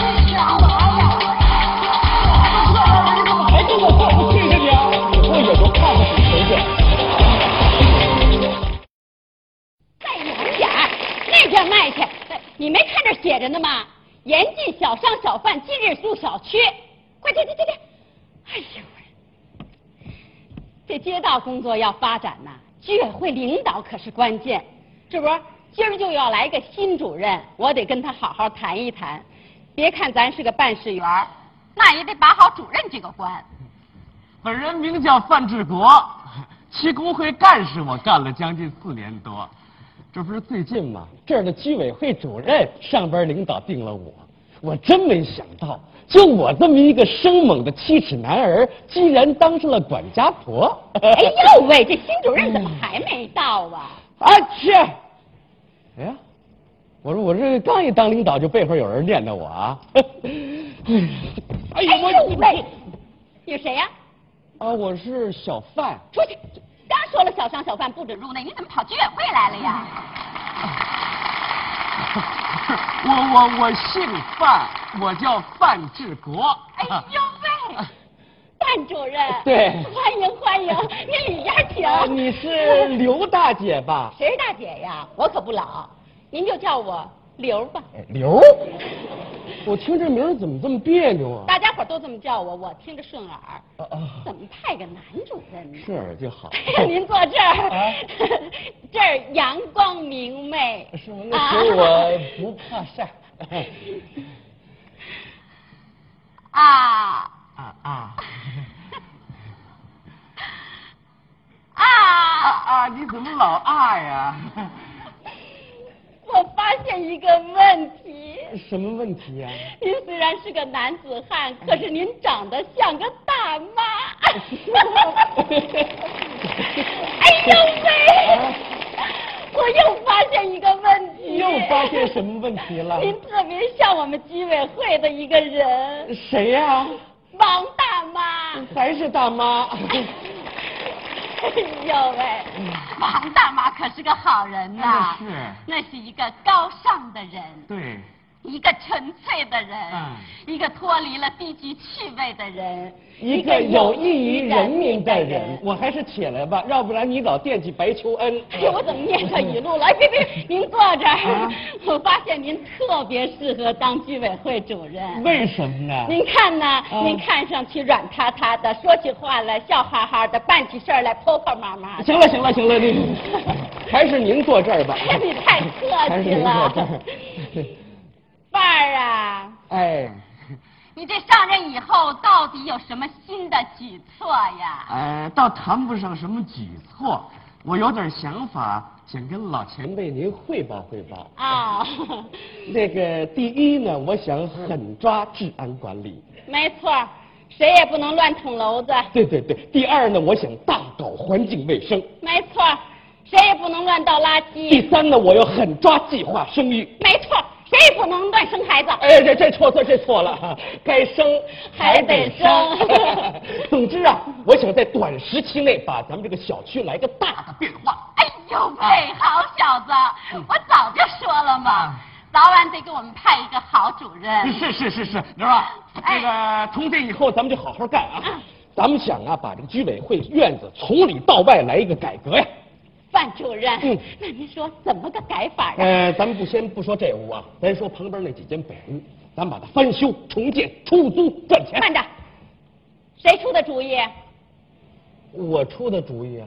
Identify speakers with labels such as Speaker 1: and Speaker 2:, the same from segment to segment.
Speaker 1: 哎上早饭，今日宿小区。快点，点点点！哎呦喂，这街道工作要发展呐、居委会领导可是关键。这不，今儿就要来个新主任，我得跟他好好谈一谈。别看咱是个办事员儿，那也得把好主任这个关。
Speaker 2: 本人名叫范志国，区工会干事，我干了将近四年多。这不是最近吗？这儿的居委会主任上边领导定了我，我真没想到，就我这么一个生猛的七尺男儿，居然当上了管家婆。
Speaker 1: 哎 呦喂，这新主任怎么还没到啊？
Speaker 2: 啊去！哎呀，我说我这刚一当领导，就背后有人念叨我啊！ 哎
Speaker 1: 哎
Speaker 2: 呦
Speaker 1: 呦喂，你是谁呀、
Speaker 2: 啊，我是小范。
Speaker 1: 出去！刚说了小商小贩不准入内，哎你怎么跑居委会来了呀？
Speaker 2: 我我我姓范，我叫范志国。
Speaker 1: 哎 呦喂，范主任，
Speaker 2: 啊对
Speaker 1: 欢迎欢迎，您里边
Speaker 2: 啊
Speaker 1: 请。
Speaker 2: 你是刘大姐吧？
Speaker 1: 谁是大姐呀？我可不老，您就叫我刘吧。
Speaker 2: 哎刘？我听这名儿怎么这么别扭啊？
Speaker 1: 大家伙都这么叫我，我听着顺耳。
Speaker 2: 啊 啊，
Speaker 1: 怎么派个男主任 呢？哎
Speaker 2: 顺耳啊就 好。
Speaker 1: 您坐这儿，
Speaker 2: 啊
Speaker 1: 这儿阳光明媚。
Speaker 2: 哎是吗？那行，我不怕 晒。
Speaker 1: 啊
Speaker 2: 啊啊
Speaker 1: 啊啊！
Speaker 2: 啊！你怎么老啊呀？
Speaker 1: 我发现一个问题，
Speaker 2: 什么问题 呀、
Speaker 1: 您虽然是个男子汉，
Speaker 2: 嗯
Speaker 1: 可是您长得像个 大妈。哎呦喂！我又发现一个问题，
Speaker 2: 啊又发现什么问题了？
Speaker 1: 您特别像我们居委会的一个人，
Speaker 2: 谁呀、
Speaker 1: 王大妈。
Speaker 2: 还是大妈？
Speaker 1: 哎呦喂，王大妈可是个好人呐、
Speaker 2: 真的嗯是
Speaker 1: 那是一个高尚的人，
Speaker 2: 对。
Speaker 1: 一个纯粹的人，
Speaker 2: 嗯
Speaker 1: 一个脱离了低级趣味的人，
Speaker 2: 一个有益于人民的
Speaker 1: 一个有益于
Speaker 2: 人，。我还是起来吧，要不然你老惦记白求恩。
Speaker 1: 哎呦，我怎么念上语录 了？哎，别别，您坐这儿。
Speaker 2: 啊
Speaker 1: 我发现您特别适合当居委会主任。
Speaker 2: 为什么呢？
Speaker 1: 您看呐、
Speaker 2: 嗯
Speaker 1: 您看上去软塌塌的，说起话来笑哈哈的，办起事儿来泼泼麻麻的。
Speaker 2: 行了行了行了，你 还是您坐这儿吧。
Speaker 1: 哎你太客
Speaker 2: 还是
Speaker 1: 气
Speaker 2: 您坐
Speaker 1: 了
Speaker 2: 这，儿。
Speaker 1: 范儿啊！
Speaker 2: 哎
Speaker 1: 你这上任以后到底有什么新的举措呀？
Speaker 2: 呃，倒谈不上什么举措，我有点想法，想跟老前辈您汇报汇报。
Speaker 1: 啊、
Speaker 2: 那个第一呢，我想狠抓治安管理。
Speaker 1: 没错儿，谁也不能乱捅娄子。
Speaker 2: 对对对。第二呢，我想大搞环境卫生。
Speaker 1: 没错儿，谁也不能乱倒垃圾。
Speaker 2: 第三呢，我要狠抓计划生育。
Speaker 1: 没错儿，谁也不能乱生孩子。
Speaker 2: 哎，这这错错这错了，该生还得生。 总之啊，我想在短时期内把咱们这个小区来个大的变化。
Speaker 3: 哎呦喂，好小子，
Speaker 2: 嗯
Speaker 3: 我早就说了嘛，早晚得给我们派一个好主任。
Speaker 2: 是是是是，刘啊，
Speaker 1: 哎
Speaker 2: 这个从这以后咱们就好好干啊。咱们想啊，把这个居委会院子从里到外来一个改革呀。
Speaker 1: 范主任，
Speaker 2: 嗯
Speaker 1: 那您说怎么个改法啊？
Speaker 2: 呃，咱们不先不说这屋啊，咱说旁边那几间北屋，咱把它翻修、重建、出租赚钱。
Speaker 1: 慢着，谁出的主意？
Speaker 2: 我出的主意啊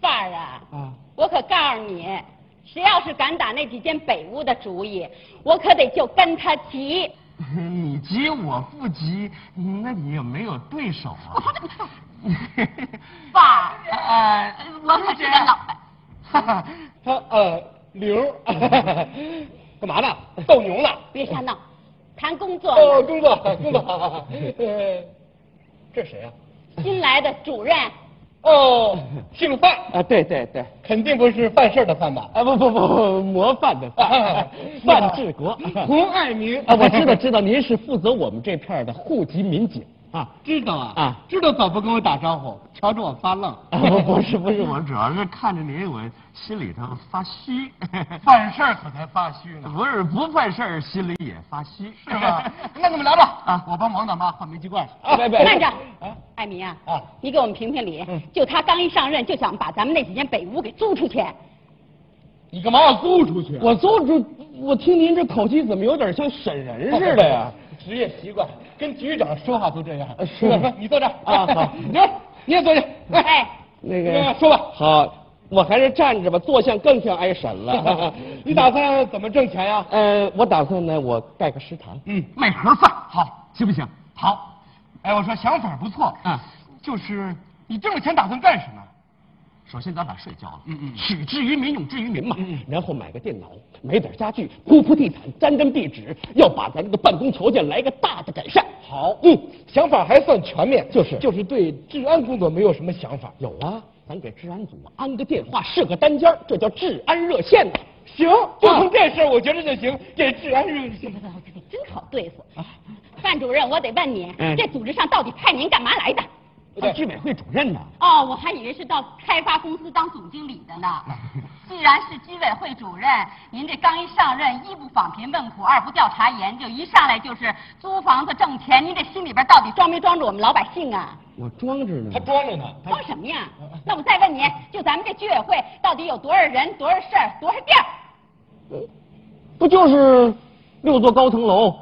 Speaker 1: 范儿啊，
Speaker 2: 啊！
Speaker 1: 我可告诉你，谁要是敢打那几间北屋的主意，我可得就跟他急。
Speaker 2: 你急我不急，那你有没有对手啊？
Speaker 3: 爸，
Speaker 2: 呃，
Speaker 3: 我可是个老板。
Speaker 2: 哈哈， 他呃刘， 干嘛呢？斗牛呢？
Speaker 1: 别瞎闹，谈工作
Speaker 2: 哦，
Speaker 1: 呢。
Speaker 2: 工作工作， 呃，这是谁啊？
Speaker 1: 新来的主任，
Speaker 2: 哦，姓范啊，对对对，
Speaker 4: 肯定不是办事儿的 范吧？
Speaker 2: 啊不不不，模范的范，啊范志 国，
Speaker 4: 洪爱民
Speaker 2: 啊，我知道知道，您是负责我们这片儿的户籍民警啊。
Speaker 4: 知道啊
Speaker 2: 啊
Speaker 4: 知道早不跟我打招呼，瞧着我 发愣。
Speaker 2: 啊， 不不是不是我
Speaker 5: 我主要是看着您，我心里头发 虚。
Speaker 4: 办事儿可才发虚呢，
Speaker 5: 不是不办事儿，心里也发虚，
Speaker 4: 是吧？ 那你们聊着啊，我帮王大妈换煤气罐去。
Speaker 2: 啊拜拜
Speaker 1: 慢着
Speaker 2: 啊，嗯
Speaker 1: 艾米啊
Speaker 4: 啊，
Speaker 1: 你给我们评评理。就他刚一上任，就 想把咱们那几间北屋给租出去，
Speaker 4: 你干嘛要租出去啊？
Speaker 2: 我租住我听您这口气怎么有点像审人似的呀？
Speaker 4: 职业习惯，跟局长说话都这样。
Speaker 2: 呃是
Speaker 4: 我说你坐这儿
Speaker 2: 啊 好
Speaker 4: 你你也坐这儿。
Speaker 1: 哎，
Speaker 2: 那
Speaker 4: 呃
Speaker 2: 个
Speaker 4: 说吧，。
Speaker 2: 好，我还是站着吧，坐相更像挨审 了
Speaker 4: 你打算怎么挣钱呀？
Speaker 2: 呃，我打算呢，我盖个食堂。
Speaker 4: 嗯，
Speaker 5: 卖盒饭好，行不行？
Speaker 4: 好。嗯哎，我说想法不错。
Speaker 5: 啊，
Speaker 4: 就是你挣了钱打算干什么？
Speaker 5: 首先咱把税交了，
Speaker 4: 嗯嗯
Speaker 5: 取之于民，用之于民嘛。
Speaker 2: 然后买个电脑，买点家具，铺铺地毯，粘粘壁纸，要把咱这个办公条件来个大的改善。
Speaker 4: 好，嗯，想法还算全面，
Speaker 2: 就是
Speaker 4: 就是对治安工作没有什么想法。
Speaker 2: 有啊，咱给治安组安个电话，设个单间儿啊这叫治安热线啊呐。
Speaker 4: 行，就从这事儿，我觉得就行，给治安热 线。
Speaker 1: 真好对付。范主任，我得问你，
Speaker 2: 啊嗯
Speaker 1: 这组织上到底派您干嘛来的？
Speaker 2: 当啊居委会主任呢？
Speaker 3: 哦，我还以为是到开发公司当总经理的呢。 既然是居委会主任，您这刚一上任，一不访贫问苦，二不调查研究，一上来就是租房子挣钱，您这心里边到底
Speaker 1: 装没装着我们老百姓啊？
Speaker 2: 我装着呢
Speaker 4: 他装着呢，他嗯
Speaker 1: 装什么呀？那我再问你，就咱们这居委会到底有多少人、多少事儿、多少地儿？
Speaker 2: 不就是六座高层楼，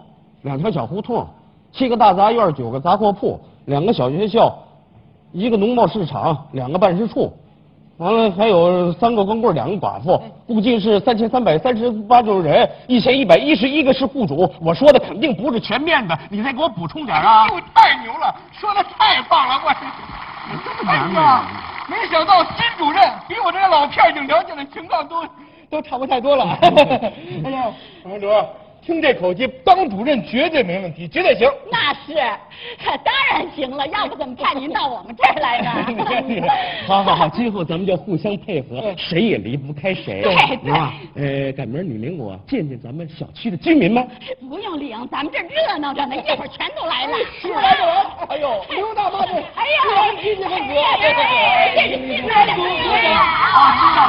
Speaker 2: 两条小胡同，七个大杂院，九个杂货铺，两个小学校，一个农贸市场，两个办事处，完了还有三个光棍，两个寡妇，
Speaker 1: 哎
Speaker 2: 估计是三千三百三十八种人，一千一百一十一个是户主。我说的肯定不是全面的，你再给我补充点啊。
Speaker 4: 又哎太牛了，说的太棒了，我是。哎呀，没想到新主任比我这个老片警了解的情况都都差不太多了。 哎呀，王主任，听这口气，当主任绝对没问题，绝对行。
Speaker 1: 那是， 当然行了，要不怎么派您到我们这儿来 呢？
Speaker 2: 好好好，今后咱们就互相配合，谁也离不开谁。
Speaker 1: 对对
Speaker 2: 啊，呃，赶明儿你领我见见咱们小区的居民们。
Speaker 1: 不用领，咱们这儿热闹着呢，一会儿全都来了。
Speaker 4: 是来就来，哎呦，刘大妈这，
Speaker 1: 哎呀
Speaker 4: 治安机器问责。
Speaker 1: 哎这是进来的哎呀
Speaker 4: 啊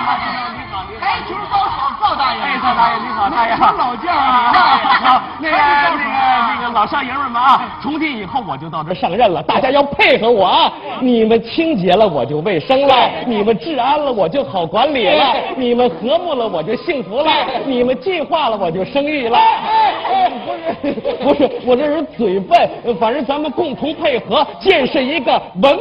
Speaker 4: 哎，球高手赵大爷，
Speaker 5: 哎，赵大爷您好，大爷
Speaker 4: 您是老将 啊
Speaker 5: 大爷好，那个那
Speaker 4: 还是赵
Speaker 5: 个
Speaker 4: 主任啊
Speaker 5: 那个老少爷们儿们啊，从今以后我就到这
Speaker 2: 我。上任了，大家要配合我啊！你们清洁了，我就卫生了；你们治安了，我就好管理了；你们和睦了，我就幸福了；你们进化了，我就生育了。不是，不是，我这人嘴笨，反正咱们共同配合，建设一个文。